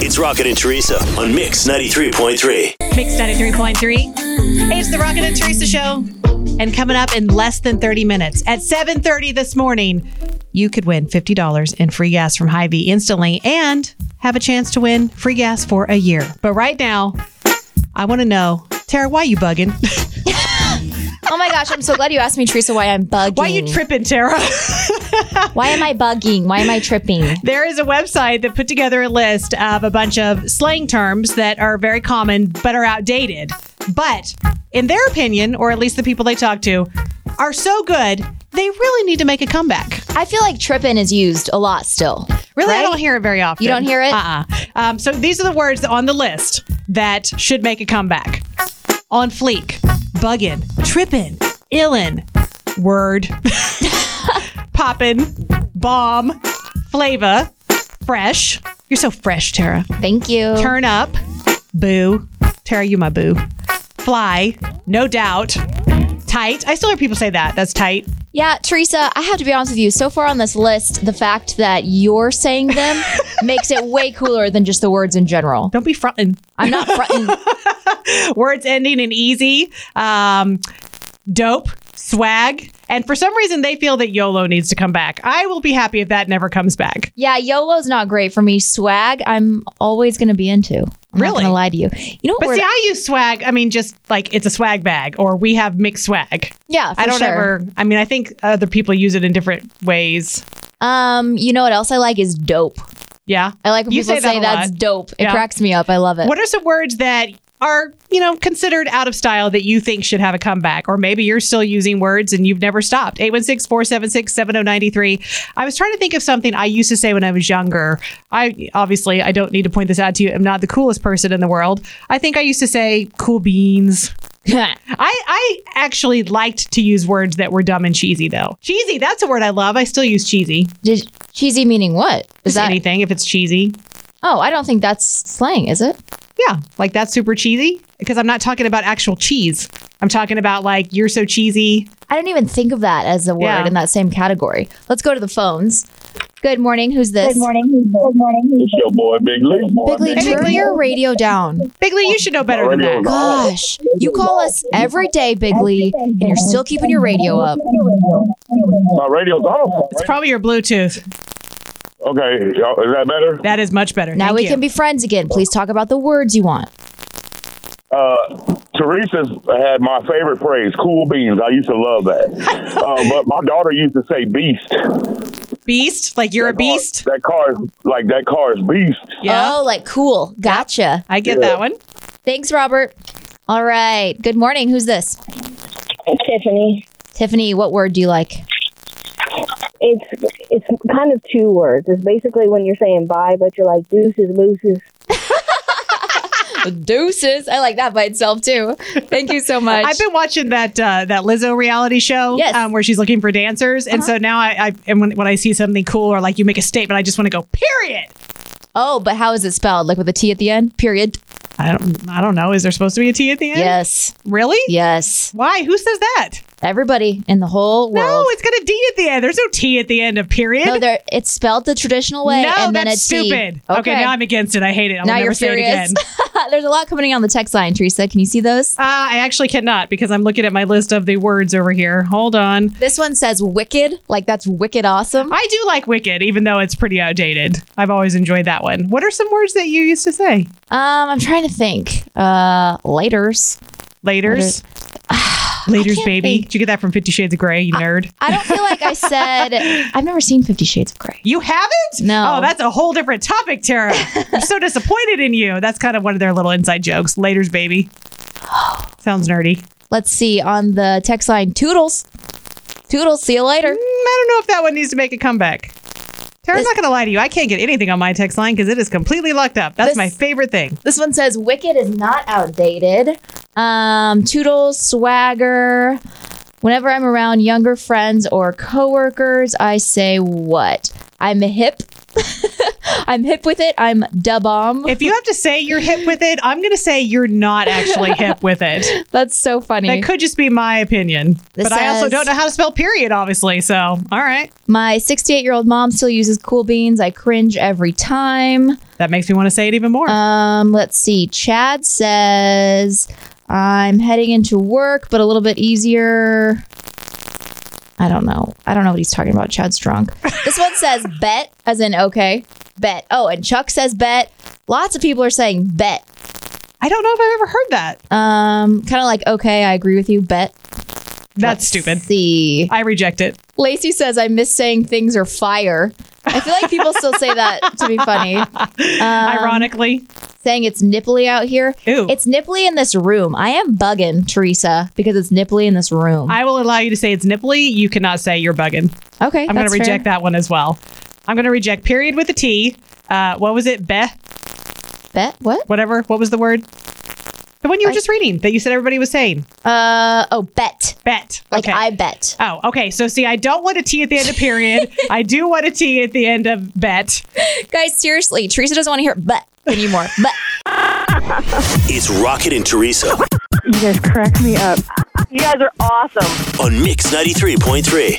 It's Rocket and Teresa on Mix 93.3. Mix 93.3. Hey, it's the Rocket and Teresa show. And coming up in less than 30 minutes at 7:30 this morning, you could win $50 in free gas from Hy-Vee instantly and have a chance to win free gas for a year. But right now, I want to know, Tara, why you bugging? Oh my gosh, I'm so glad you asked me, Teresa, why I'm bugging. why you tripping, Tara? Why am I bugging? Why am I tripping? There is a website that put together a list of a bunch of slang terms that are very common but are outdated. But in their opinion, or at least the people they talk to, are so good, they really need to make a comeback. I feel like tripping is used a lot still. Really, I Right? don't hear it very often. You don't hear it? Uh-uh. Um, so these are the words on the list that should make a comeback. On fleek, buggin', trippin', illin', word, poppin', bomb, flavor, fresh. You're so fresh, Tara. Thank you. Turn up, boo. Tara, you my boo. Fly, no doubt. Tight. I still hear people say that. That's tight. Yeah, Teresa, I have to be honest with you. So far on this list, the fact that you're saying them makes it way cooler than just the words in general. Don't be frontin'. I'm not fronting. words ending in easy, um, dope, swag. And for some reason, they feel that YOLO needs to come back. I will be happy if that never comes back. Yeah, YOLO's not great for me. Swag, I'm always going to be into. I'm Really? not going to lie to you. You know what? But word- see, I use swag. I mean, just like it's a swag bag, or we have mixed swag. yeah, for I don't sure. ever. I mean, I think other people use it in different ways. Um, you know what else I like is dope. Yeah. I like when You people say say, that a that's lot. dope. It Yeah. cracks me up. I love it. What are some words that are you know considered out of style that you think should have a comeback or maybe you're still using words and you've never stopped 816-476-7093 i was trying to think of something i used to say when i was younger i obviously i don't need to point this out to you i'm not the coolest person in the world i think i used to say cool beans I, I actually liked to use words that were dumb and cheesy though cheesy that's a word i love i still use cheesy Did, cheesy meaning what? Is is that anything if it's cheesy Oh, I don't think that's slang, is it? Yeah, like that's super cheesy because I'm not talking about actual cheese. I'm talking about like you're so cheesy. I didn't even think of that as a word Yeah. in that same category. Let's go to the phones. Good morning. Who's this? Good morning. Good morning. Your boy Big Lee. Bigley, Big turn Lee. your radio down. Bigley, you should know better than that. Gosh, you call us every day, Bigley, and you're still keeping your radio up. My radio's off. It's probably your Bluetooth. Okay, y'all, is that better? That is much better. Now Thank we you. can be friends again. Please talk about the words you want. Uh, Teresa's had my favorite phrase, cool beans. I used to love that. uh, but my daughter used to say beast. beast. Like you're a That car- beast. That car is like that car is beast. Yeah, Oh, like cool. Gotcha. I get that one. Thanks, Robert. All right. Good morning. Who's this? It's Tiffany. Tiffany, what word do you like? It's it's kind of two words. It's basically when you're saying bye, but you're like deuces, looses. Deuces. I like that by itself, too. Thank you so much. I've been watching that uh, that Lizzo reality show Yes. Uh-huh. um, where she's looking for dancers, and so now I, I and when, when I see something cool or like you make a statement, I just want to go period. Oh, but how is it spelled? Like with a T at the end? Period. I don't I don't know. Is there supposed to be a T at the end? Yes. Really? Yes. Why? Who says that? Everybody in the whole No, world. it's got a D at the end. There's no T at the end of period. No, there it's spelled the traditional way no, and then that's it's stupid. Okay. now I'm against it. I hate it. I'll Now never you're say it furious. again. There's a lot coming on the text line, Teresa. Can you see those? Uh, I actually cannot because I'm looking at my list of the words over here. Hold on. This one says wicked. Like that's wicked awesome. Um, I do like Wicked, even though it's pretty outdated. I've always enjoyed that one. What are some words that you used to say? Um, I'm trying to think. Uh laters. Laters. Laters, can't baby. think. Did you get that from Fifty Shades of Grey, you nerd? I don't feel like I said I've never seen Fifty Shades of Grey. You haven't? No. Oh, that's a whole different topic, Tara. I'm so disappointed in you. That's kind of one of their little inside jokes. Laters, baby. Oh. Sounds nerdy. Let's see on the text line. Toodles. Toodles, see you later. Mm, I don't know if that one needs to make a comeback. Tara's This- not going to lie to you. I can't get anything on my text line because it is completely locked up. That's This- my favorite thing. This one says Wicked is not outdated. Um, toodles, swagger. Whenever I'm around younger friends or coworkers, I say what? I'm hip. I'm hip with it. I'm da bomb. If you have to say you're hip with it, I'm going to say you're not actually hip with it. That's so funny. That could just be my opinion. This but I also says- don't know how to spell period, obviously. So, all right. My 68 year old mom still uses cool beans. I cringe every time. That makes me want to say it even more. Um, let's see. Chad says, I'm heading into work, but a little bit easier. I don't know. I don't know what he's talking about. Chad's drunk. This one says bet, as in okay, bet. Oh, and Chuck says bet. Lots of people are saying bet. I don't know if I've ever heard that. Um, kind of like okay, I agree with you, bet. That's Let's stupid. See, I reject it. Lacey says I miss saying things are fire. I feel like people still say that to be funny. Um, Ironically. saying it's nipply out here. Ew. It's nipply in this room. I am bugging, Teresa, because it's nipply in this room. I will allow you to say it's nipply. You cannot say you're bugging. okay. I'm going to reject that one as well. I'm going to reject period with a T. Uh, what was it? Beh? that. Bet what? Whatever. What was the word? The one you were I- just reading that you said everybody was saying. Uh oh, bet. Bet. Like okay. I bet. Oh, okay. So see, I don't want a T at the end of period. I do want a T at the end of bet. Guys, seriously, Teresa doesn't want to hear bet anymore. But It's Rocket and Teresa You guys crack me up. You guys are awesome. on Mix 93.3.